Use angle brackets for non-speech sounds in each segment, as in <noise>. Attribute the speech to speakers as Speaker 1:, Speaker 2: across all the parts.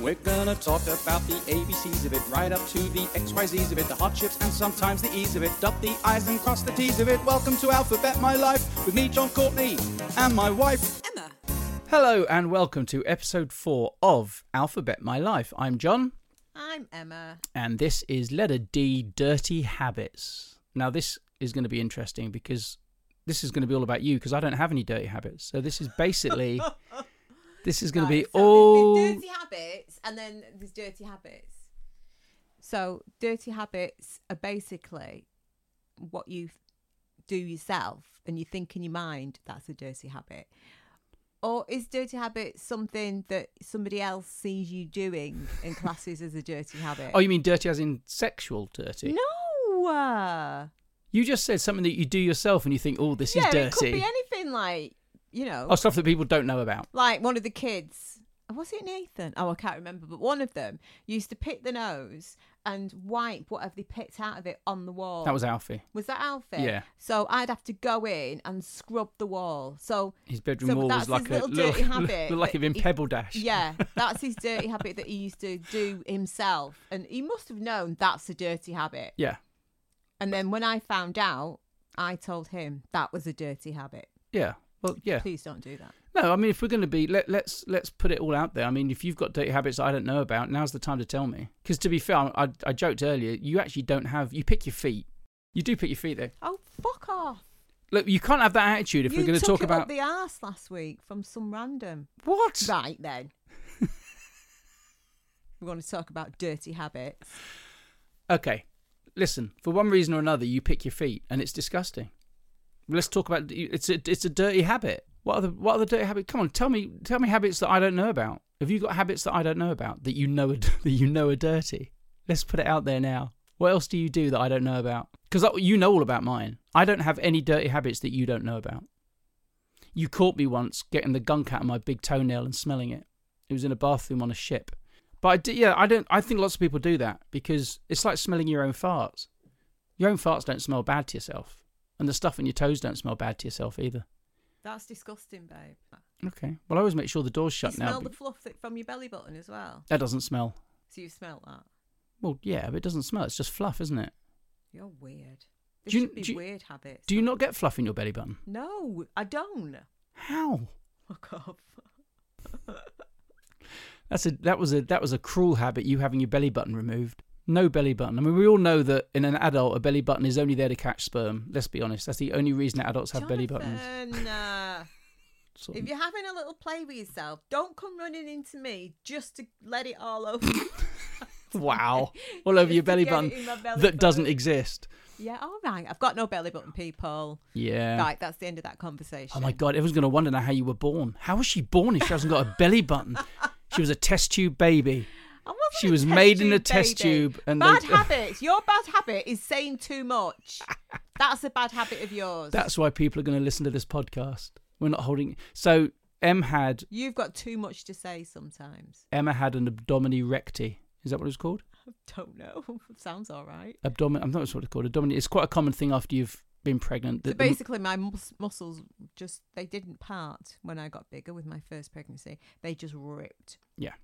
Speaker 1: We're gonna talk about the ABCs of it, right up to the XYZs of it, the hardships and sometimes the ease of it. Dot the I's and cross the T's of it. Welcome to Alphabet My Life with me, John Courtney, and my wife.
Speaker 2: Emma.
Speaker 1: Hello, and welcome to episode four of Alphabet My Life. I'm John,
Speaker 2: I'm Emma.
Speaker 1: and this is letter D Dirty Habits. Now, this is going to be interesting because this is going to be all about you because I don't have any dirty habits. So, this is
Speaker 2: <laughs>
Speaker 1: basically. This is going to
Speaker 2: Right,
Speaker 1: be
Speaker 2: so
Speaker 1: all.
Speaker 2: There's dirty habits, and then there's dirty habits. So dirty habits are basically what you do yourself, and you think in your mind that's a dirty habit. Or is dirty habit something that somebody else sees you doing and classes as a dirty habit?
Speaker 1: Oh, you mean dirty as in sexual dirty?
Speaker 2: no. uh,
Speaker 1: You just said something that you do yourself and you think, oh, this
Speaker 2: yeah,
Speaker 1: is dirty.
Speaker 2: it could be anything like you know.
Speaker 1: Oh, stuff that people don't know about.
Speaker 2: like one of the kids was it nathan oh i can't remember but one of them used to pick the nose and wipe whatever they picked out of it on the wall
Speaker 1: That was Alfie.
Speaker 2: was that Alfie?
Speaker 1: Yeah.
Speaker 2: So I'd have to go in and scrub the wall. So
Speaker 1: His bedroom
Speaker 2: So
Speaker 1: wall
Speaker 2: that's
Speaker 1: was like
Speaker 2: his
Speaker 1: a
Speaker 2: little
Speaker 1: <laughs>
Speaker 2: dirty habit
Speaker 1: looked like
Speaker 2: that
Speaker 1: it'd been
Speaker 2: he-
Speaker 1: pebble dash.
Speaker 2: yeah, that's his dirty habit that he used to do himself, and he must have known that's a dirty habit.
Speaker 1: Yeah.
Speaker 2: And then when I found out, I told him that was a dirty habit.
Speaker 1: Yeah. Well, yeah.
Speaker 2: Please don't do that.
Speaker 1: No, I mean, if we're going to be let let's let's put it all out there. I mean, if you've got dirty habits that I don't know about, now's the time to tell me. Because to be fair, I, I joked earlier. You actually don't have. You pick your feet. You do pick your feet though.
Speaker 2: Oh fuck off!
Speaker 1: Look, you can't have that attitude if
Speaker 2: you
Speaker 1: we're going to
Speaker 2: took
Speaker 1: talk
Speaker 2: it
Speaker 1: about
Speaker 2: up the arse last week from some random.
Speaker 1: what.
Speaker 2: Right then. <laughs> We're going to talk about dirty habits.
Speaker 1: Okay, listen. For one reason or another, you pick your feet, and it's disgusting. Let's talk about it's a it's a dirty habit. What are the what are the dirty habits? Come on, tell me tell me habits that I don't know about. Have you got habits that I don't know about that you know are, <laughs> that you know are dirty? Let's put it out there now. What else do you do that I don't know about? Because you know all about mine. I don't have any dirty habits that you don't know about. You caught me once getting the gunk out of my big toenail and smelling it. It was in a bathroom on a ship. But I do, yeah, I don't. I think lots of people do that because it's like smelling your own farts. Your own farts don't smell bad to yourself, and the stuff in your toes don't smell bad to yourself either.
Speaker 2: That's disgusting, babe.
Speaker 1: Okay. Well, I always make sure the door's shut
Speaker 2: you
Speaker 1: now.
Speaker 2: smell the
Speaker 1: but
Speaker 2: fluff that, from your belly button as well.
Speaker 1: That doesn't smell.
Speaker 2: So you smell that.
Speaker 1: Well, yeah, but it doesn't smell. It's just fluff, isn't it?
Speaker 2: You're weird. This
Speaker 1: Do you-
Speaker 2: should be
Speaker 1: do you-
Speaker 2: weird habits.
Speaker 1: Do you not get fluff in your belly button?
Speaker 2: no, I don't.
Speaker 1: How?
Speaker 2: Fuck off.
Speaker 1: That's a that was a that was a cruel habit. You having your belly button removed. No belly button. I mean, we all know that in an adult, a belly button is only there to catch sperm. Let's be honest. That's the only reason that adults have belly buttons.
Speaker 2: Jonathan, uh,
Speaker 1: <laughs> Sort of-
Speaker 2: if you're having a little play with yourself, don't come running into me just to let it all over. <laughs>
Speaker 1: Wow. All <laughs> over
Speaker 2: Just
Speaker 1: your
Speaker 2: to
Speaker 1: belly
Speaker 2: get it
Speaker 1: button
Speaker 2: in my belly
Speaker 1: that doesn't
Speaker 2: button.
Speaker 1: exist.
Speaker 2: yeah, all right. I've got no belly button, people.
Speaker 1: Yeah.
Speaker 2: Right, that's the end of that conversation.
Speaker 1: Oh my God, everyone's going to wonder now how you were born. How was she born if she hasn't got a belly
Speaker 2: <laughs>
Speaker 1: button? She was a test tube baby.
Speaker 2: I wasn't
Speaker 1: She
Speaker 2: a
Speaker 1: was
Speaker 2: test
Speaker 1: made in
Speaker 2: tube
Speaker 1: a test
Speaker 2: baby.
Speaker 1: tube and <laughs>
Speaker 2: bad
Speaker 1: they-
Speaker 2: habits. Your bad habit is saying
Speaker 1: <laughs>
Speaker 2: too much. That's a bad habit of yours.
Speaker 1: That's why people are going to listen to this podcast. We're not holding. So M had
Speaker 2: You've got too much to say sometimes. <laughs>
Speaker 1: Emma had an abdomini recti. Is that what it's called?
Speaker 2: Don't know. <laughs> Sounds all right.
Speaker 1: Abdomen. I'm not sure what it's called. Abdomini. It's quite a common thing after you've been pregnant.
Speaker 2: So
Speaker 1: that the-
Speaker 2: basically, my mus- muscles just they didn't part when I got bigger with my first pregnancy. They just ripped.
Speaker 1: Yeah.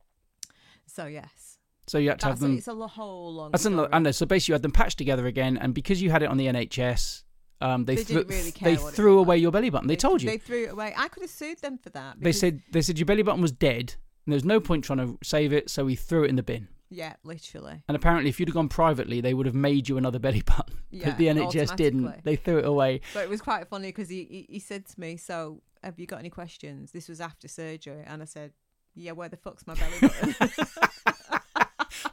Speaker 2: So yes,
Speaker 1: so you had to have
Speaker 2: that's
Speaker 1: them.
Speaker 2: it's a lo- whole long.
Speaker 1: That's another.
Speaker 2: story.
Speaker 1: I know. So basically, you had them patched together again, and because you had it on the NHS, um, they
Speaker 2: They
Speaker 1: threw-
Speaker 2: didn't really care
Speaker 1: they
Speaker 2: what it
Speaker 1: threw
Speaker 2: looked
Speaker 1: away
Speaker 2: like.
Speaker 1: your belly button. They told you.
Speaker 2: they threw it away. I could have sued them for that.
Speaker 1: They
Speaker 2: because-
Speaker 1: said they said your belly button was dead, and there was no point trying to save it, so we threw it in the bin.
Speaker 2: yeah, literally.
Speaker 1: And apparently, if you'd have gone privately, they would have made you another belly button. <laughs>
Speaker 2: Yeah,
Speaker 1: but the NHS
Speaker 2: automatically.
Speaker 1: didn't. They threw it away. <laughs>
Speaker 2: But it was quite funny because he, he he said to me, "So have you got any questions?" This was after surgery, and I said, "Yeah, where the fuck's my belly button?" <laughs>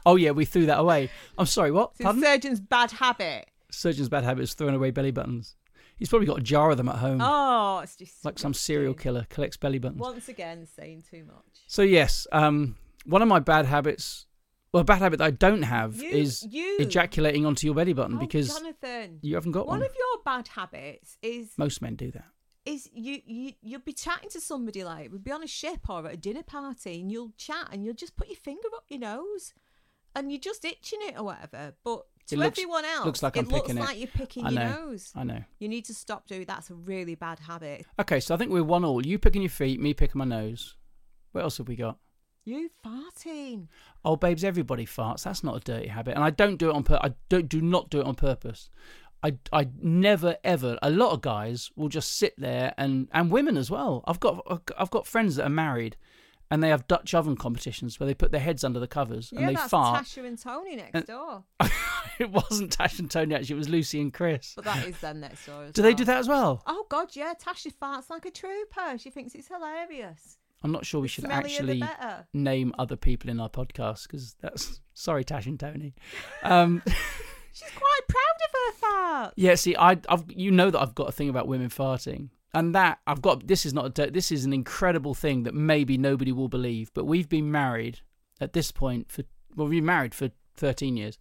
Speaker 1: Oh yeah, we threw that away. I'm sorry, what?
Speaker 2: it's a
Speaker 1: Pardon?
Speaker 2: surgeon's bad habit.
Speaker 1: Surgeon's bad habit is throwing away belly buttons. He's probably got a jar of them at home,
Speaker 2: Oh, it's just
Speaker 1: Um, like some serial
Speaker 2: disgusting.
Speaker 1: killer collects belly buttons.
Speaker 2: Once again, saying too much.
Speaker 1: So yes, um, one of my bad habits, well, a bad habit that I don't have
Speaker 2: You,
Speaker 1: is
Speaker 2: you
Speaker 1: ejaculating onto your belly button
Speaker 2: Oh,
Speaker 1: because
Speaker 2: Jonathan,
Speaker 1: you haven't got
Speaker 2: one
Speaker 1: one.
Speaker 2: of your bad habits is
Speaker 1: Most men do that.
Speaker 2: is you you you'll be chatting to somebody like we'd be on a ship or at a dinner party and you'll chat and you'll just put your finger up your nose and you're just itching it or whatever. But to
Speaker 1: It looks-
Speaker 2: everyone else,
Speaker 1: looks like
Speaker 2: it
Speaker 1: I'm
Speaker 2: looks
Speaker 1: picking it.
Speaker 2: like you're picking
Speaker 1: I
Speaker 2: your
Speaker 1: know.
Speaker 2: nose.
Speaker 1: I know.
Speaker 2: You need to stop doing that's a really bad habit.
Speaker 1: Okay, so I think we're one all. You picking your feet, me picking my nose. What else have we got?
Speaker 2: You farting.
Speaker 1: Oh, babes, everybody farts. That's not a dirty habit, and I don't do it on pur. I don't do not do it on purpose. I, I never ever. A lot of guys will just sit there and and women as well. I've got I've got friends that are married, and they have Dutch oven competitions where they put their heads under the covers
Speaker 2: yeah,
Speaker 1: and they
Speaker 2: that's
Speaker 1: fart.
Speaker 2: Tasha and Tony next
Speaker 1: And-
Speaker 2: door.
Speaker 1: <laughs> it wasn't Tash and Tony actually. It was Lucy and Chris.
Speaker 2: But that is them next door. As
Speaker 1: Do they
Speaker 2: well.
Speaker 1: do that as well?
Speaker 2: Oh God, yeah. Tasha farts like a trooper. She thinks it's hilarious.
Speaker 1: I'm not sure we
Speaker 2: The
Speaker 1: should
Speaker 2: smellier the
Speaker 1: actually
Speaker 2: better.
Speaker 1: name other people in our podcast because that's <laughs> sorry, Tash and Tony. Um, <laughs>
Speaker 2: She's quite proud of her farts.
Speaker 1: yeah, see, I, I've you know that I've got a thing about women farting, and that I've got this is not a dirt- this is an incredible thing that maybe nobody will believe, but we've been married at this point for well, we've been married for 13 years,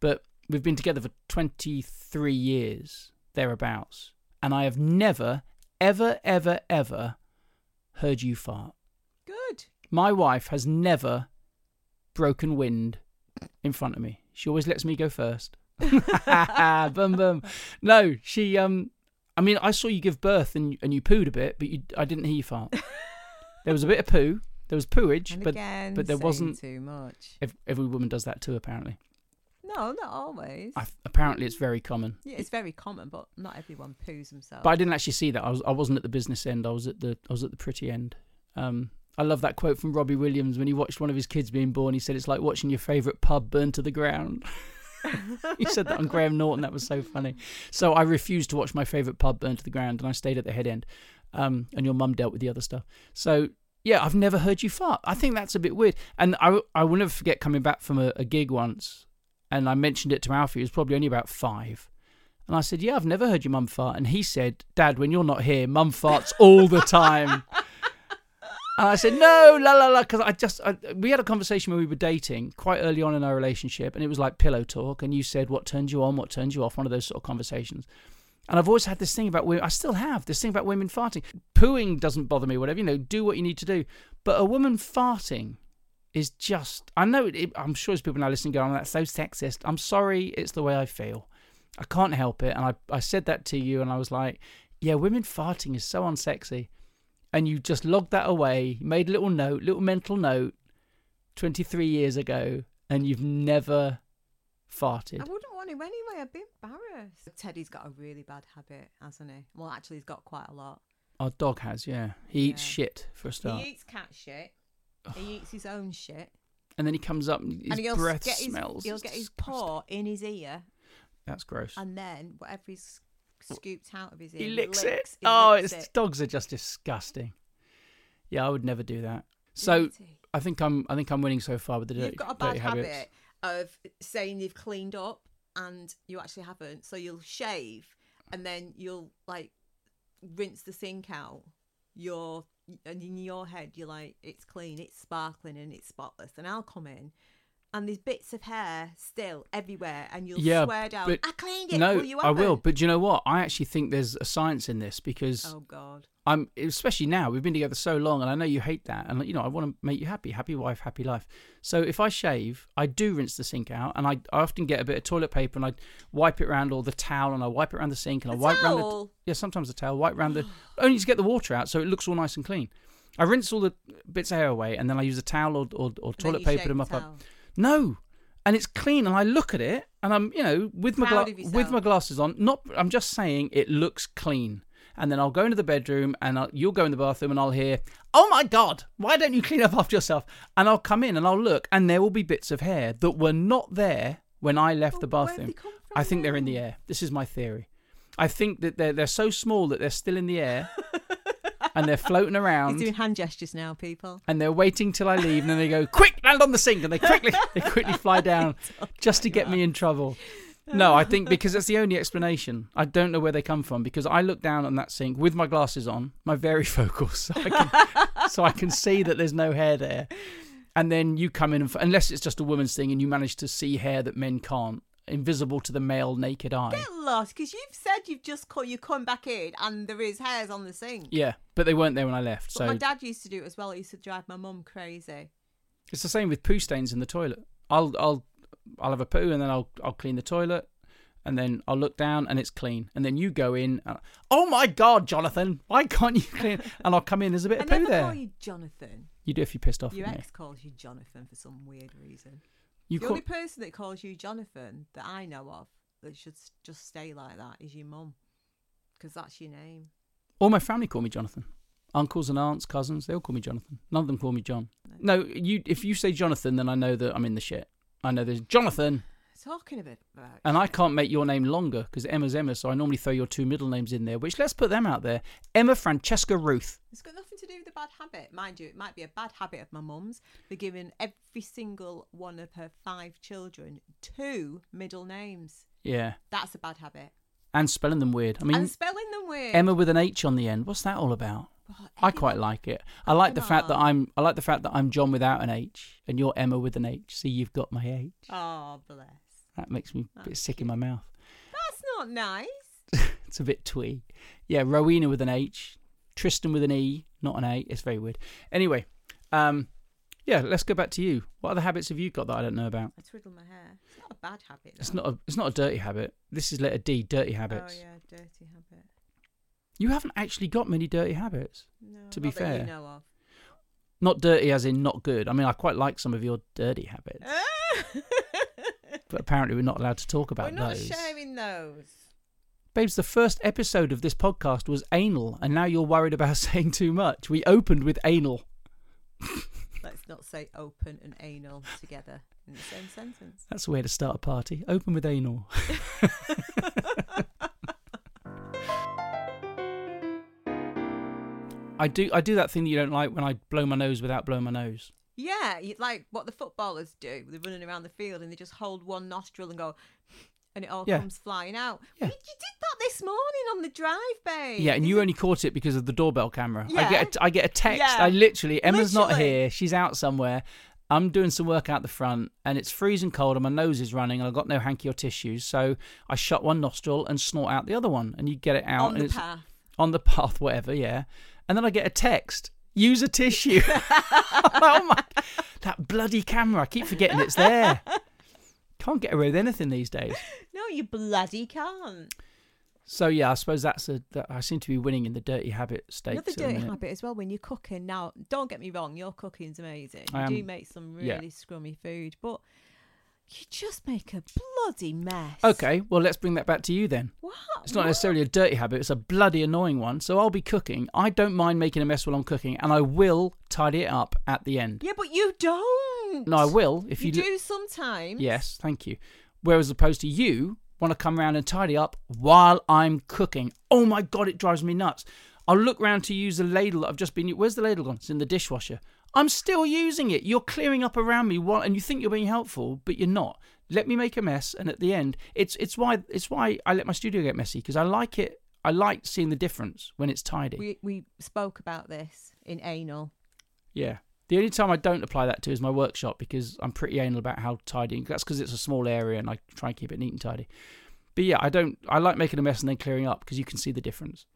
Speaker 1: but we've been together for 23 years thereabouts, and I have never, ever, ever, ever heard you fart.
Speaker 2: Good.
Speaker 1: My wife has never broken wind in front of me. She always lets me go first. <laughs> boom, boom. No, she. Um, I mean, I saw you give birth and and you pooed a bit, but you, I didn't hear you
Speaker 2: <laughs>
Speaker 1: fart. there was a bit of poo. There was pooage,
Speaker 2: And
Speaker 1: but
Speaker 2: again,
Speaker 1: but there
Speaker 2: saying
Speaker 1: wasn't-
Speaker 2: too much.
Speaker 1: ev- every woman does that too. Apparently,
Speaker 2: No, not always.
Speaker 1: I, apparently it's very common.
Speaker 2: Yeah, it's very common, but not everyone poos themselves.
Speaker 1: But I didn't actually see that. I was I wasn't at the business end. I was at the I was at the pretty end. Um, I love that quote from Robbie Williams when he watched one of his kids being born. He said it's like watching your favourite pub burn to the ground. <laughs> he said that on Graham Norton. That was so funny. So I refused to watch my favourite pub burn to the ground, and I stayed at the head end. Um, and your mum dealt with the other stuff. So yeah, I've never heard you fart. I think that's a bit weird. And I I will never forget coming back from a, a gig once, and I mentioned it to Alfie. He was probably only about five. And I said, Yeah, I've never heard your mum fart. And he said, Dad, when you're not here, mum farts all the time. and I said, No, la la la. Because I just, I, we had a conversation when we were dating quite early on in our relationship. And it was like pillow talk. And you said, What turned you on? What turned you off? One of those sort of conversations. And I've always had this thing about women, I still have this thing about women farting. Pooing doesn't bother me, whatever, you know, do what you need to do. But a woman farting is just, I know, it, I'm sure there's people now listening going, "Oh, that's so sexist. I'm sorry, it's the way I feel. I can't help it. And I, I said that to you, and I was like, yeah, women farting is so unsexy. And you just logged that away, made a little note, little mental note 23 years ago, and you've never
Speaker 2: I
Speaker 1: farted.
Speaker 2: wouldn't want him anyway. I'd be embarrassed. Teddy's got a really bad habit, hasn't he? Well, actually, he's got quite a lot.
Speaker 1: Our dog has, yeah. He eats
Speaker 2: Yeah.
Speaker 1: shit for a start.
Speaker 2: He eats cat shit. he eats his own shit,
Speaker 1: and then he comes up and his
Speaker 2: and he'll
Speaker 1: breath
Speaker 2: get his,
Speaker 1: smells.
Speaker 2: he'll
Speaker 1: It's
Speaker 2: get his
Speaker 1: disgusting.
Speaker 2: paw in his ear,
Speaker 1: That's gross.
Speaker 2: and then whatever he's scooped out of his ear,
Speaker 1: He licks it.
Speaker 2: he
Speaker 1: oh,
Speaker 2: licks
Speaker 1: it's, dogs are just disgusting. Yeah, I would never do that. So
Speaker 2: Dirty.
Speaker 1: I think I'm I think I'm winning so far with the dirty,
Speaker 2: You've got a bad
Speaker 1: dirty habits.
Speaker 2: habit of saying you've cleaned up and you actually haven't. So you'll shave and then you'll like rinse the sink out. Your and in your head you're like it's clean, it's sparkling, and it's spotless. And I'll come in. And there's bits of hair still everywhere, and you'll
Speaker 1: Yeah,
Speaker 2: swear down,
Speaker 1: but-
Speaker 2: "I cleaned it."
Speaker 1: No,
Speaker 2: well, you
Speaker 1: I will.
Speaker 2: haven't."
Speaker 1: But do you know what? I actually think there's a science in this because
Speaker 2: Oh God,
Speaker 1: I'm especially now we've been together so long, and I know you hate that, and you know I want to make you happy, happy wife, happy life. So if I shave, I do rinse the sink out, and I, I often get a bit of toilet paper and I wipe it around or the towel, and I wipe it around the sink, and I
Speaker 2: The
Speaker 1: wipe round the
Speaker 2: towel?
Speaker 1: yeah sometimes the towel, wipe
Speaker 2: <gasps>
Speaker 1: round the only to get the water out so it looks all nice and clean. I rinse all the bits of hair away, and then I use a towel or, or, or
Speaker 2: And then
Speaker 1: toilet
Speaker 2: you
Speaker 1: paper
Speaker 2: shake
Speaker 1: to
Speaker 2: the
Speaker 1: mop up.
Speaker 2: towel.
Speaker 1: No. And it's clean, and I look at it, and I'm, you know, with my
Speaker 2: Proud
Speaker 1: gla-
Speaker 2: of yourself.
Speaker 1: with my glasses on. Not, I'm just saying it looks clean. And then I'll go into the bedroom, and I'll, you'll go in the bathroom, and I'll hear, "Oh my God, why don't you clean up after yourself?" And I'll come in, and I'll look, and there will be bits of hair that were not there when I left the
Speaker 2: But where'd
Speaker 1: bathroom.
Speaker 2: they come from
Speaker 1: I think they're in the
Speaker 2: then?
Speaker 1: air. This is my theory. I think that they're they're so small that they're still in the air,
Speaker 2: <laughs>
Speaker 1: and they're floating around
Speaker 2: He's doing hand gestures
Speaker 1: <laughs>
Speaker 2: now, people.
Speaker 1: and they're waiting till I leave, and then they go quick land on the sink, and they quickly <laughs> they quickly fly down just to get me in trouble. No, I
Speaker 2: <laughs>
Speaker 1: think because that's the only explanation. I don't know where they come from because I look down on that sink with my glasses on, my very <laughs> focus, so I can, so I can see that there's no hair there. And then you come in, and, f- unless it's just a woman's thing, and you manage to see hair that men can't, invisible to the male naked eye.
Speaker 2: Get lost because you've said you've just come, you come back in and there is hairs on the sink.
Speaker 1: Yeah, but they weren't there when I left.
Speaker 2: But my
Speaker 1: so
Speaker 2: dad used to do it as well. It used to drive my mum crazy.
Speaker 1: It's the same with poo stains in the toilet. I'll I'll I'll have a poo and then I'll I'll clean the toilet and then I'll look down and it's clean. And then you go in and <laughs> oh my god, Jonathan, why can't you clean? And I'll come in. There's a bit
Speaker 2: I
Speaker 1: of poo
Speaker 2: never call
Speaker 1: there.
Speaker 2: you Jonathan.
Speaker 1: You do if you're pissed off.
Speaker 2: Your
Speaker 1: at me.
Speaker 2: ex calls you Jonathan for some weird reason.
Speaker 1: You
Speaker 2: the
Speaker 1: call-
Speaker 2: only person that calls you Jonathan that I know of that should s- just stay like that is your mum, because that's your name.
Speaker 1: all my family call me Jonathan. Uncles and aunts, cousins, they all call me Jonathan. None of them call me John. No, you. If you say Jonathan, then I know that I'm in the shit. I know there's Jonathan,
Speaker 2: Talking a bit about.
Speaker 1: and I can't make your name longer because Emma's Emma, so I normally throw your two middle names in there. Which let's put them out there: Emma Francesca Ruth.
Speaker 2: It's got nothing to do with a bad habit, mind you. It might be a bad habit of my mum's. They're giving every single one of her five children two middle names.
Speaker 1: Yeah,
Speaker 2: That's a bad habit.
Speaker 1: and spelling them weird. I mean,
Speaker 2: and spelling them weird.
Speaker 1: Emma with an H on the end. What's that all about?
Speaker 2: Oh,
Speaker 1: I quite like it. I like the
Speaker 2: Come
Speaker 1: fact that
Speaker 2: on.
Speaker 1: I'm. I like the fact that I'm John without an H, and you're Emma with an H. See, you've got my H.
Speaker 2: Oh, bless.
Speaker 1: That makes me a bit
Speaker 2: That's
Speaker 1: sick in my mouth.
Speaker 2: That's not nice.
Speaker 1: It's a bit twee. Yeah, Rowena with an H, Tristan with an E, not an A. It's very weird. Anyway, um, yeah, let's go back to you. What other habits have you got that I don't know about?
Speaker 2: I twiddle my hair. It's not a bad habit.
Speaker 1: It's
Speaker 2: though.
Speaker 1: not a it's not a dirty habit. This is letter D, dirty habits.
Speaker 2: Oh yeah, dirty habit.
Speaker 1: You haven't actually got many dirty habits.
Speaker 2: No,
Speaker 1: To be
Speaker 2: not that
Speaker 1: fair.
Speaker 2: you know of.
Speaker 1: Not dirty as in not good. I mean, I quite like some of your dirty habits, <laughs>
Speaker 2: <laughs>
Speaker 1: but apparently we're not allowed to talk about
Speaker 2: We're not
Speaker 1: those.
Speaker 2: sharing those.
Speaker 1: Babes, the first episode of this podcast was anal, and now you're worried about <laughs> saying too much. We opened with anal.
Speaker 2: Let's not say open and anal together in the same sentence.
Speaker 1: That's a way to start a party. Open with anal. <laughs> I do I do that thing that you don't like when I blow my nose without blowing my nose.
Speaker 2: Yeah, you, like what the footballers do. They're running around the field and they just hold one nostril and go, and it all
Speaker 1: Yeah.
Speaker 2: comes flying out.
Speaker 1: Yeah.
Speaker 2: You, you did that this morning on the drive, babe.
Speaker 1: Yeah, and
Speaker 2: This
Speaker 1: you
Speaker 2: is-
Speaker 1: only caught it because of the doorbell camera. I
Speaker 2: Yeah.
Speaker 1: get a, I get a text.
Speaker 2: Yeah.
Speaker 1: I literally Emma's not
Speaker 2: Literally.
Speaker 1: here. She's out somewhere. I'm doing some work out the front, and it's freezing cold, and my nose is running, and I've got no hanky or tissues, so I shut one nostril and snort out the other one, and you get it out
Speaker 2: on
Speaker 1: and
Speaker 2: the
Speaker 1: it's
Speaker 2: path.
Speaker 1: on the path, <laughs> whatever, yeah. And then I get a text, use a
Speaker 2: <laughs>
Speaker 1: tissue. <laughs> oh my, that bloody camera. I keep forgetting it's there. Can't get away with anything these days.
Speaker 2: No, you bloody can't.
Speaker 1: So yeah, I suppose that's a. That I seem to be winning in the dirty habit stakes.
Speaker 2: Another
Speaker 1: at the
Speaker 2: dirty
Speaker 1: minute.
Speaker 2: habit as well when you're cooking. Now, don't get me wrong, your cooking's amazing. You
Speaker 1: I
Speaker 2: do
Speaker 1: am-
Speaker 2: make some really
Speaker 1: yeah.
Speaker 2: scrummy food, but you just make a bloody mess.
Speaker 1: Okay, well let's bring that back to you then.
Speaker 2: What?
Speaker 1: It's not
Speaker 2: What?
Speaker 1: necessarily a dirty habit; it's a bloody annoying one. So I'll be cooking. I don't mind making a mess while I'm cooking, and I will tidy it up at the end.
Speaker 2: Yeah, but you don't.
Speaker 1: No, I will if
Speaker 2: You,
Speaker 1: you, l-
Speaker 2: do sometimes.
Speaker 1: Yes, thank you. Whereas opposed to you want to come round and tidy up while I'm cooking. Oh my god, it drives me nuts. I'll look round to use the ladle that I've just been. u- Where's the ladle gone? It's in the dishwasher. I'm still using it. You're clearing up around me, while, and you think you're being helpful, but you're not. Let me make a mess, and at the end, it's it's why it's why I let my studio get messy because I like it. I like seeing the difference when it's tidy.
Speaker 2: We, we spoke about this in anal.
Speaker 1: Yeah. The only time I don't apply that to is my workshop because I'm pretty anal about how tidy. That's because it's a small area and I try and keep it neat and tidy. But yeah, I don't. I like making a mess and then clearing up because you can see the difference.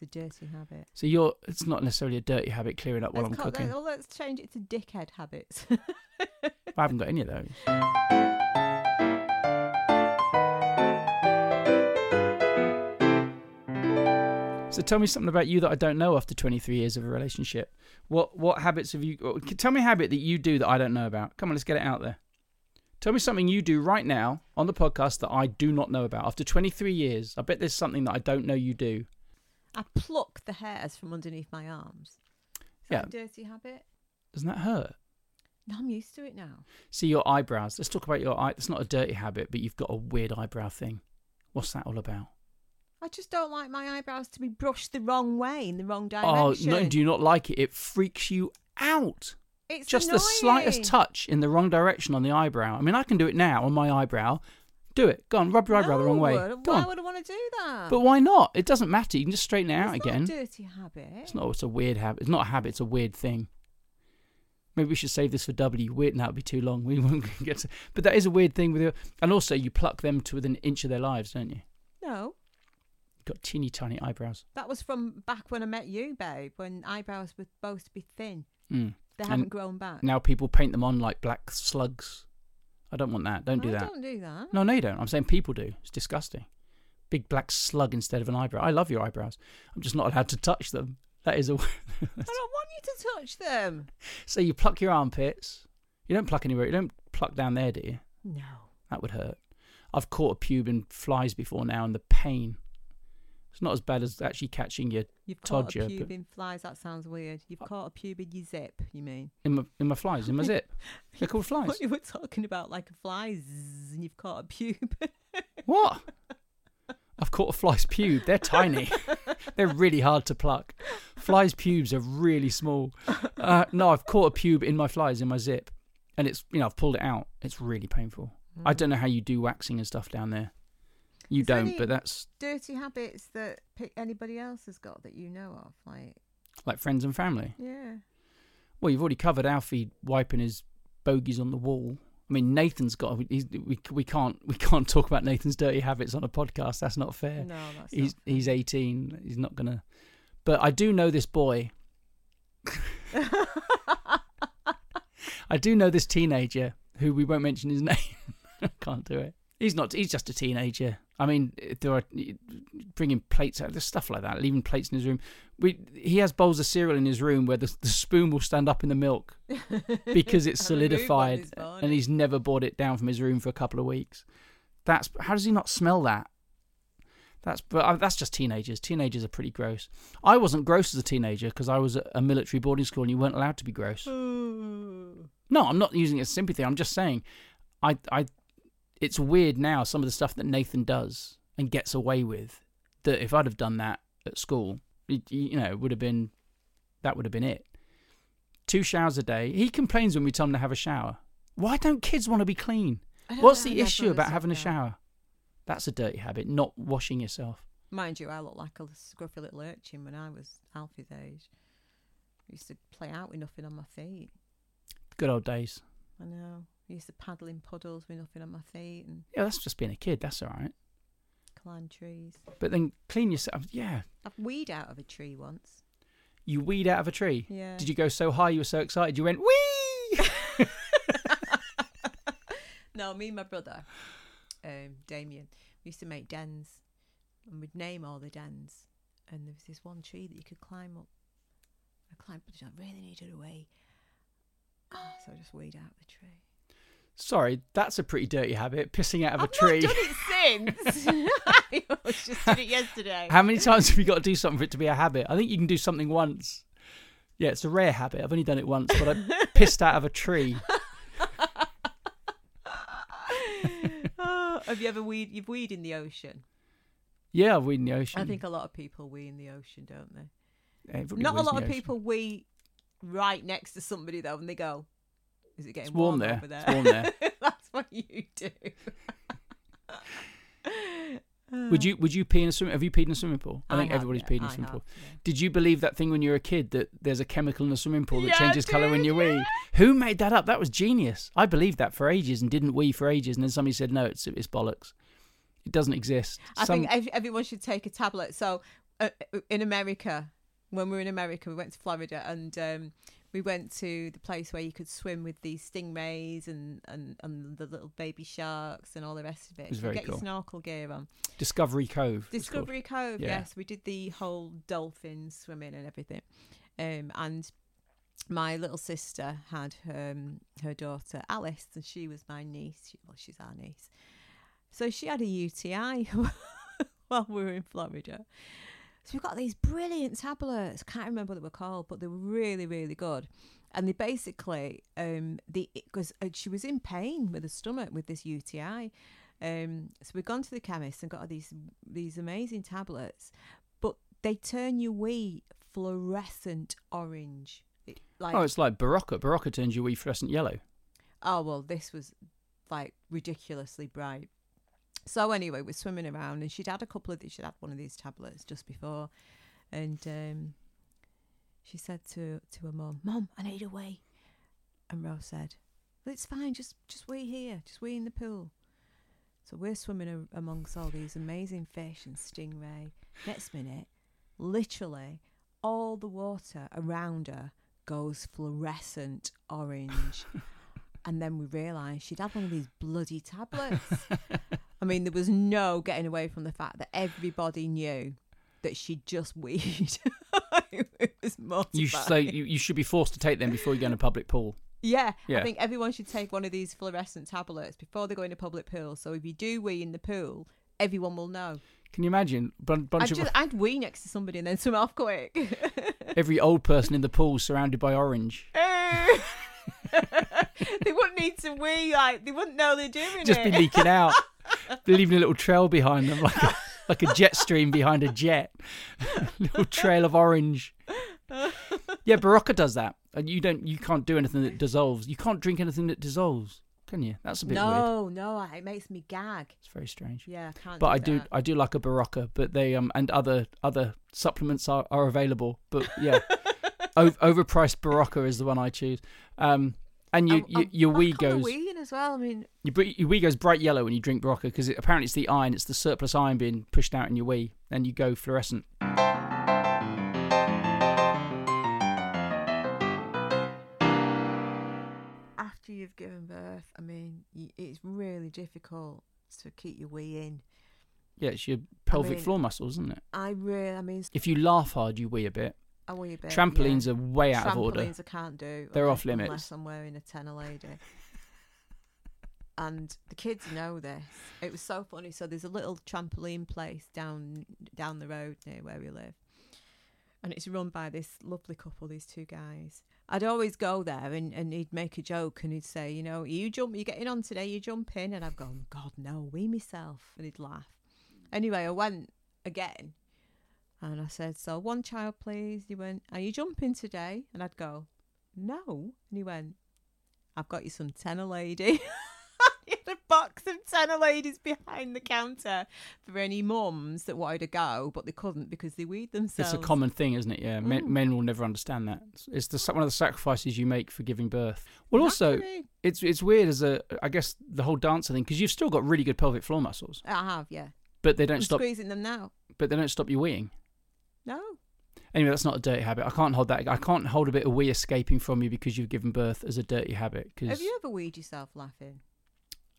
Speaker 2: It's a dirty habit.
Speaker 1: So you're. It's not necessarily a dirty habit clearing up while
Speaker 2: let's
Speaker 1: I'm
Speaker 2: cut- let-
Speaker 1: cooking.
Speaker 2: well, let's change it to dickhead habits. <laughs>
Speaker 1: I haven't got any of those. So tell me something about you that I don't know after 23 years of a relationship. What what habits have you? or- Tell me a habit that you do that I don't know about. Come on, let's get it out there. Tell me something you do right now on the podcast that I do not know about. After 23 years, I bet there's something that I don't know you do.
Speaker 2: I pluck the hairs from underneath my arms. Is that a dirty habit?
Speaker 1: Doesn't that hurt?
Speaker 2: No, I'm used to it now.
Speaker 1: See your eyebrows. Let's talk about your eye. It's not a dirty habit, but you've got a weird eyebrow thing. What's that all about?
Speaker 2: I just don't like my eyebrows to be brushed the wrong way in the wrong
Speaker 1: Oh,
Speaker 2: direction.
Speaker 1: no, do you not like it? It freaks you out.
Speaker 2: It's
Speaker 1: Just the
Speaker 2: annoying.
Speaker 1: slightest touch in the wrong direction on the eyebrow. I mean, I can do it now on my eyebrow. Do it. Go on, rub your eyebrow the wrong way.
Speaker 2: No,
Speaker 1: Go
Speaker 2: Why
Speaker 1: on.
Speaker 2: would I want to do that?
Speaker 1: But why not? It doesn't matter. You can just straighten it out
Speaker 2: it's
Speaker 1: again.
Speaker 2: Not a dirty habit.
Speaker 1: It's not. It's a weird habit. It's not a habit. It's a weird thing. Maybe we should save this for W. Weird. That would be too long. <laughs> We won't get. To, but that is a weird thing with. Your, and also, you pluck them to within an inch of their lives, don't you?
Speaker 2: No,
Speaker 1: Got teeny tiny eyebrows.
Speaker 2: that was from back when I met you, babe. When eyebrows were supposed to be thin,
Speaker 1: Mm.
Speaker 2: they
Speaker 1: And
Speaker 2: haven't grown back.
Speaker 1: Now people paint them on like black slugs. I don't want that. Don't do
Speaker 2: I
Speaker 1: that.
Speaker 2: Don't do that.
Speaker 1: No, no, you don't. I'm saying people do. It's disgusting. Big black slug instead of an eyebrow. I love your eyebrows. I'm just not allowed to touch them. That is a.
Speaker 2: I don't want you to touch them.
Speaker 1: <laughs> so you pluck your armpits. You don't pluck anywhere. You don't pluck down there, do you?
Speaker 2: No.
Speaker 1: That would hurt. I've caught a pube in flies before now, and the pain. It's not as bad as actually catching your
Speaker 2: You've caught
Speaker 1: Todger,
Speaker 2: a pube
Speaker 1: but-
Speaker 2: in flies. That sounds weird. You've caught a pube in your zip, you mean?
Speaker 1: in my in my flies
Speaker 2: <laughs>
Speaker 1: in my zip. They're called
Speaker 2: What
Speaker 1: flies.
Speaker 2: <laughs> you were talking about, like a fly zzz, and you've caught a pube.
Speaker 1: What? I've caught a fly's pube. They're tiny. They're really hard to pluck. Flies' pubes are really small. Uh, no, I've caught a pube in my flies in my zip, and it's you know I've pulled it out. It's really painful.
Speaker 2: Mm.
Speaker 1: I don't know how you do waxing and stuff down there. You
Speaker 2: Is there
Speaker 1: don't,
Speaker 2: any-
Speaker 1: but that's
Speaker 2: Dirty habits that pi- anybody else has got that you know of, like
Speaker 1: like friends and family.
Speaker 2: yeah.
Speaker 1: Well, you've already covered Alfie wiping his bogies on the wall. I mean, Nathan's got. He's, we we can't we can't talk about Nathan's dirty habits on a podcast. That's not fair.
Speaker 2: No, that's
Speaker 1: he's he's 18 he's not gonna but i do know this boy
Speaker 2: not.
Speaker 1: i do know this teenager who we won't mention his <laughs> name can't do it he's not he's just a teenager i mean if there are bringing plates out there's stuff like that leaving plates in his room we he has bowls of cereal in his room where the, the spoon will stand up in the milk
Speaker 2: <laughs>
Speaker 1: because it's
Speaker 2: I removed one
Speaker 1: solidified
Speaker 2: this morning.
Speaker 1: and he's never brought it down from his room for a couple of weeks that's how does he not smell that that's but uh, that's just teenagers teenagers are pretty gross i wasn't gross as a teenager because i was at a military boarding school and you weren't allowed to be gross
Speaker 2: Ooh.
Speaker 1: no i'm not using it as sympathy i'm just saying i i it's weird now some of the stuff that nathan does and gets away with that if i'd have done that at school it, you know it would have been that would have been it two showers a day he complains when we tell him to have a shower why don't kids want to be clean
Speaker 2: I don't
Speaker 1: What's
Speaker 2: know, I
Speaker 1: the
Speaker 2: never
Speaker 1: issue about
Speaker 2: understood
Speaker 1: having a
Speaker 2: that.
Speaker 1: shower? That's a dirty habit, not washing yourself.
Speaker 2: Mind you, I look like a scruffy little urchin when I was Alfie's age. I used to play out with nothing on my feet.
Speaker 1: Good old days.
Speaker 2: I know. I used to paddle in puddles with nothing on my feet and
Speaker 1: Yeah, that's just being a kid. That's all right.
Speaker 2: climb trees.
Speaker 1: But then clean yourself. Yeah.
Speaker 2: I've weed out of a tree once.
Speaker 1: You weed out of a tree.
Speaker 2: Yeah.
Speaker 1: Did you go so high you were so excited you went wee?
Speaker 2: No, me and my brother, um, Damien, we used to make dens and we'd name all the dens. And there was this one tree that you could climb up. I climbed, but I really needed a wee. Ah, so I just weed out the tree.
Speaker 1: <laughs> Sorry, that's a pretty dirty habit. Pissing out of
Speaker 2: I've
Speaker 1: a tree.
Speaker 2: not done it since. <laughs> I was just did it yesterday.
Speaker 1: How many times have you got to do something for it to be a habit? I think you can do something once. Yeah, it's a rare habit. I've only done it once, but I <laughs> pissed out of a tree.
Speaker 2: <laughs> Oh, have you ever weed? You've weed in the ocean.
Speaker 1: Yeah, I've weed in the ocean.
Speaker 2: I think a lot of people wee in the ocean, don't they?
Speaker 1: Everybody
Speaker 2: Not a
Speaker 1: weeds in
Speaker 2: lot
Speaker 1: the
Speaker 2: of
Speaker 1: ocean.
Speaker 2: people wee right next to somebody though, and they go, "Is it getting
Speaker 1: It's warm there.
Speaker 2: over there?"
Speaker 1: It's warm there.
Speaker 2: <laughs> That's what you do.
Speaker 1: <laughs> Would you would you pee in a swim? Have you peed in a swimming pool? I, think
Speaker 2: have,
Speaker 1: everybody's
Speaker 2: yeah,
Speaker 1: peed in
Speaker 2: <sighs> I
Speaker 1: a swimming
Speaker 2: have,
Speaker 1: pool.
Speaker 2: yeah.
Speaker 1: Did you believe that thing when you were a kid that there's a chemical in a swimming pool that
Speaker 2: Yeah,
Speaker 1: changes colour when you
Speaker 2: dude,
Speaker 1: wee?
Speaker 2: yeah.
Speaker 1: Who made that up? That was genius. I believed that for ages and didn't wee for ages, and then somebody said, "No, it's it's bollocks. It doesn't exist."
Speaker 2: I
Speaker 1: Some-
Speaker 2: think ev- everyone should take a tablet. So, uh, in America, when we were in America, we went to Florida and um, we went to the place where you could swim with these stingrays and, and, and the little baby sharks and all the rest of it.
Speaker 1: was
Speaker 2: You
Speaker 1: very
Speaker 2: get
Speaker 1: cool.
Speaker 2: your snorkel gear on.
Speaker 1: Discovery Cove. it's called.
Speaker 2: Discovery Cove,
Speaker 1: Yeah.
Speaker 2: yes. We did the whole dolphin swimming and everything. Um, and my little sister had um, her daughter Alice, and she was my niece. She, well, she's our niece. So she had a UTI <laughs> while we were in Florida. So we've got these brilliant tablets. Can't remember what they were called, but they were really, really good. And they basically, um, the because uh, she was in pain with her stomach with this UTI. Um, so we've gone to the chemist and got her these these amazing tablets, but they turn your wee fluorescent orange. It, like,
Speaker 1: Oh, it's like Barocca. Barocca turns you wee fluorescent yellow.
Speaker 2: oh well this was like ridiculously bright so anyway we're swimming around and she'd had a couple of these she'd had one of these tablets just before and um she said to to her mum mum i need a wee and rose said well, it's fine just just wee here just wee in the pool so we're swimming a- amongst all these amazing fish and stingray next minute literally all the water around her goes fluorescent orange and then we realised she'd had one of these bloody tablets. I mean, there was no getting away from the fact that everybody knew that she'd just weed. <laughs> it was mortifying.
Speaker 1: You should say you, you should be forced to take them before you go in a public pool.
Speaker 2: Yeah,
Speaker 1: Yeah.
Speaker 2: I think everyone should take one of these fluorescent tablets before they go in a public pool. So if you do wee in the pool, everyone will know.
Speaker 1: Can you imagine? Bun- bunch
Speaker 2: I'd,
Speaker 1: of
Speaker 2: just, I'd wee next to somebody and then swim
Speaker 1: <laughs>
Speaker 2: off quick. <laughs>
Speaker 1: every old person in the pool surrounded by orange.
Speaker 2: Eh. they wouldn't need to wee, like, they wouldn't know they're <laughs> doing
Speaker 1: Just
Speaker 2: it.
Speaker 1: be leaking <laughs> out, leaving a little trail behind them, like a, like a jet stream behind a jet, <laughs> little trail of orange. Yeah, Barocca does that, and you don't, you can't do anything that dissolves. You can't drink anything that dissolves, can you? That's a bit weird.
Speaker 2: no, no, I- it makes me gag.
Speaker 1: It's very strange.
Speaker 2: Yeah, I can't
Speaker 1: But I
Speaker 2: do
Speaker 1: do,
Speaker 2: that.
Speaker 1: I do like a Barocca, but they um and other other supplements are, are available. But
Speaker 2: <laughs>
Speaker 1: yeah, o- overpriced Barocca is the one I choose. Um, and you,
Speaker 2: I'm-
Speaker 1: you,
Speaker 2: I'm
Speaker 1: your
Speaker 2: back
Speaker 1: wee
Speaker 2: on the
Speaker 1: goes.
Speaker 2: weeing as well. I mean,
Speaker 1: Your, br- your wee goes bright yellow when you drink Barocca because it, apparently it's the iron, it's the surplus iron being pushed out in your wee, and you go fluorescent.
Speaker 2: after you've given birth, I mean, y- it's really difficult to keep your wee in.
Speaker 1: Yeah, it's your pelvic
Speaker 2: mean-
Speaker 1: floor muscles, isn't it?
Speaker 2: I really, I mean,
Speaker 1: If you laugh hard, you wee a bit.
Speaker 2: I wee a bit. yeah.
Speaker 1: Trampolines are way out of order.
Speaker 2: Trampolines I can't do.
Speaker 1: They're
Speaker 2: unless-
Speaker 1: off limits.
Speaker 2: Unless I'm wearing a tenner lady. and the kids know this. It was so funny. So there's a little trampoline place down down the road near where we live. And it's run by this lovely couple, these two guys. I'd always go there and, and he'd make a joke and he'd say, you know, you jump, you getting on today, you jump in. And I've gone, God, no, we myself. And he'd laugh. Anyway, I went again and I said, So one child, please. He went, Are you jumping today? And I'd go, No. And he went, I've got you some tenner lady. <laughs> he had a box of tenner ladies behind the counter for any mums that wanted to go, but they couldn't because they weed themselves. Mm.
Speaker 1: It's a common thing, isn't it? Yeah, men, men will never understand that. It's- It's the sa- one of the sacrifices you make for giving birth. Well, also,
Speaker 2: Luckily,
Speaker 1: it's it's weird as a, I guess the whole dancer thing because you've still got really good pelvic floor muscles,
Speaker 2: I have, yeah.
Speaker 1: but they
Speaker 2: I'm
Speaker 1: don't stop.
Speaker 2: squeezing them now.
Speaker 1: But they don't stop you weeing.
Speaker 2: No.
Speaker 1: Anyway, that's not a dirty habit. I can't hold that. I can't hold a bit of wee escaping from you because you've given birth as a dirty habit. Because
Speaker 2: Have you ever weed yourself laughing?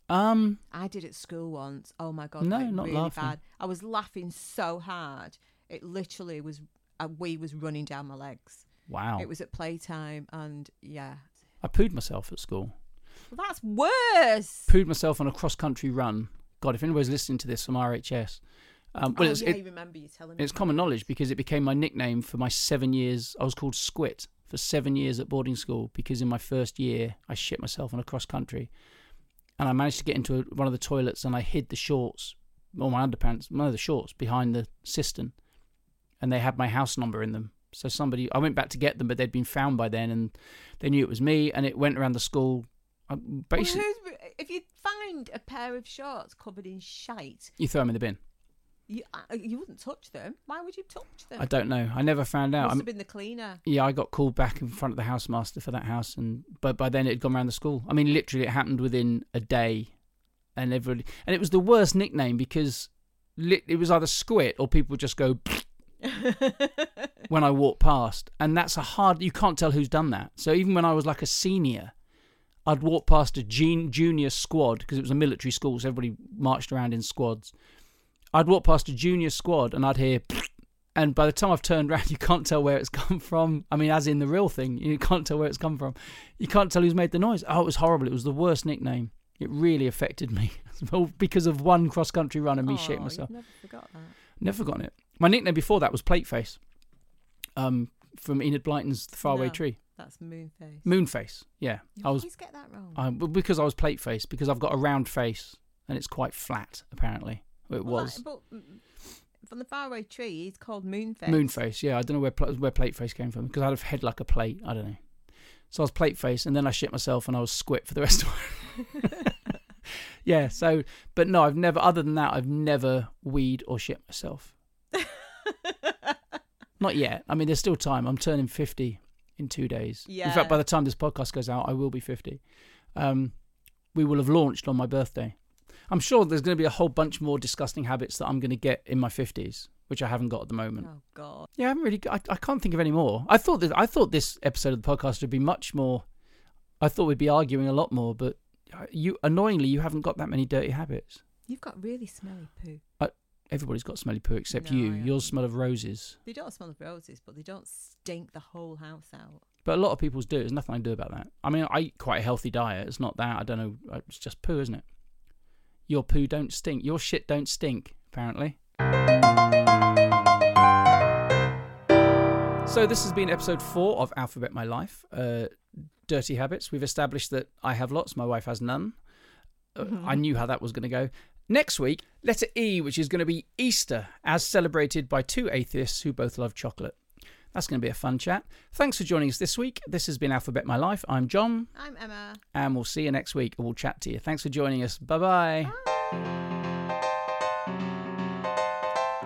Speaker 1: um,
Speaker 2: I did at school once. Oh my god,
Speaker 1: No,
Speaker 2: like,
Speaker 1: not
Speaker 2: really
Speaker 1: laughing.
Speaker 2: bad. I was laughing so hard, it literally was. A wee was running down my legs.
Speaker 1: wow,
Speaker 2: It was at playtime, and yeah,
Speaker 1: I pooed myself at school.
Speaker 2: well, that's worse.
Speaker 1: Pooed myself on a cross country run. God, if anybody's listening to this from RHS, um, well,
Speaker 2: oh,
Speaker 1: it's,
Speaker 2: yeah,
Speaker 1: it-
Speaker 2: you remember you telling me.
Speaker 1: it's common knowledge because it became my nickname for my seven years. I was called Squit for seven years at boarding school because in my first year I shit myself on a cross country, and I managed to get into a, one of the toilets and I hid the shorts or my underpants, no, the shorts behind the cistern, and they had my house number in them. So somebody, I went back to get them, but they'd been found by then, and they knew it was me, and it went around the school. I
Speaker 2: Well,
Speaker 1: basically,
Speaker 2: who's- if you find a pair of shorts covered in shite,
Speaker 1: you throw them in the bin.
Speaker 2: you uh, you wouldn't touch them. Why would you touch them?
Speaker 1: I don't know. I never found out.
Speaker 2: Must
Speaker 1: I'm-
Speaker 2: have been the cleaner.
Speaker 1: yeah, I got called back in front of the housemaster for that house, and but by then it had gone around the school. I mean, literally, it happened within a day, and everybody, and it was the worst nickname because lit, it was either squit or people just go when I walk past, and that's a hard. You can't tell who's done that. So even when I was like a senior, I'd walk past a gen- junior squad because it was a military school, so everybody marched around in squads. I'd walk past a junior squad, and I'd hear. <sniffs> And by the time I've turned round, <laughs> you can't tell where it's come from. I mean, as in the real thing, you can't tell where it's come from. You can't tell who's made the noise. Oh, it was horrible. It was the worst nickname. It really affected me <laughs> Well, because of one cross country run and me
Speaker 2: oh,
Speaker 1: shitting myself.
Speaker 2: You've never forgot that.
Speaker 1: Never forgotten it. My nickname before that was Plateface, um, from Enid Blyton's The Faraway
Speaker 2: No.
Speaker 1: Tree.
Speaker 2: That's moonface.
Speaker 1: Moonface. Yeah,
Speaker 2: you
Speaker 1: I was
Speaker 2: always get that wrong.
Speaker 1: I, well, because I was Plateface because I've got a round face and it's quite flat. Apparently, it
Speaker 2: Well,
Speaker 1: was
Speaker 2: That, but mm, from the faraway tree, he's called Moonface. <laughs>
Speaker 1: Moonface. Yeah, I don't know where pla- where Plateface came from because I had a head like a plate. I don't know. So I was Plateface, and then I shit myself, and I was Squit for the rest of. <laughs> yeah. So, but no, I've never. Other than that, I've never weed or shit myself. Not yet. I mean, there's still time. I'm turning 50 in two days. In
Speaker 2: Yeah.
Speaker 1: fact, by the time this podcast goes out, I will be 50. Um, we will have launched on my birthday. I'm sure there's going to be a whole bunch more disgusting habits that I'm going to get in my 50s, which I haven't got at the moment.
Speaker 2: oh God.
Speaker 1: Yeah, I haven't really. I, I can't think of any more. I thought that I thought this episode of the podcast would be much more. I thought we'd be arguing a lot more, uh, but you annoyingly you haven't got that many dirty habits.
Speaker 2: You've got really smelly poo.
Speaker 1: Everybody's got smelly poo except
Speaker 2: No,
Speaker 1: you.
Speaker 2: I
Speaker 1: Yours
Speaker 2: haven't.
Speaker 1: smell of roses.
Speaker 2: They don't smell of roses, but they don't stink the whole house out.
Speaker 1: But a lot of people's do. There's nothing I can do about that. I mean, I eat quite a healthy diet. It's not that. I don't know. Uh, It's just poo, isn't it? Your poo don't stink. Your shit don't stink, apparently. So this has been episode four of Alphabet My Life. Uh, dirty habits. We've established that I have lots. My wife has none. Uh, I knew how that was going to go. Next week, letter E, which is going to be Easter, as celebrated by two atheists who both love chocolate. That's going to be a fun chat. Thanks for joining us this week. This has been Alphabet My Life. I'm John,
Speaker 2: I'm Emma.
Speaker 1: and we'll see you next week. We'll chat to you. Thanks for joining us. Bye bye.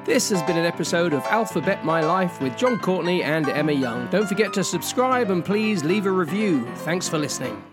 Speaker 3: This has been an episode of Alphabet My Life with John Courtney and Emma Young. Don't forget to subscribe and please leave a review. Thanks for listening.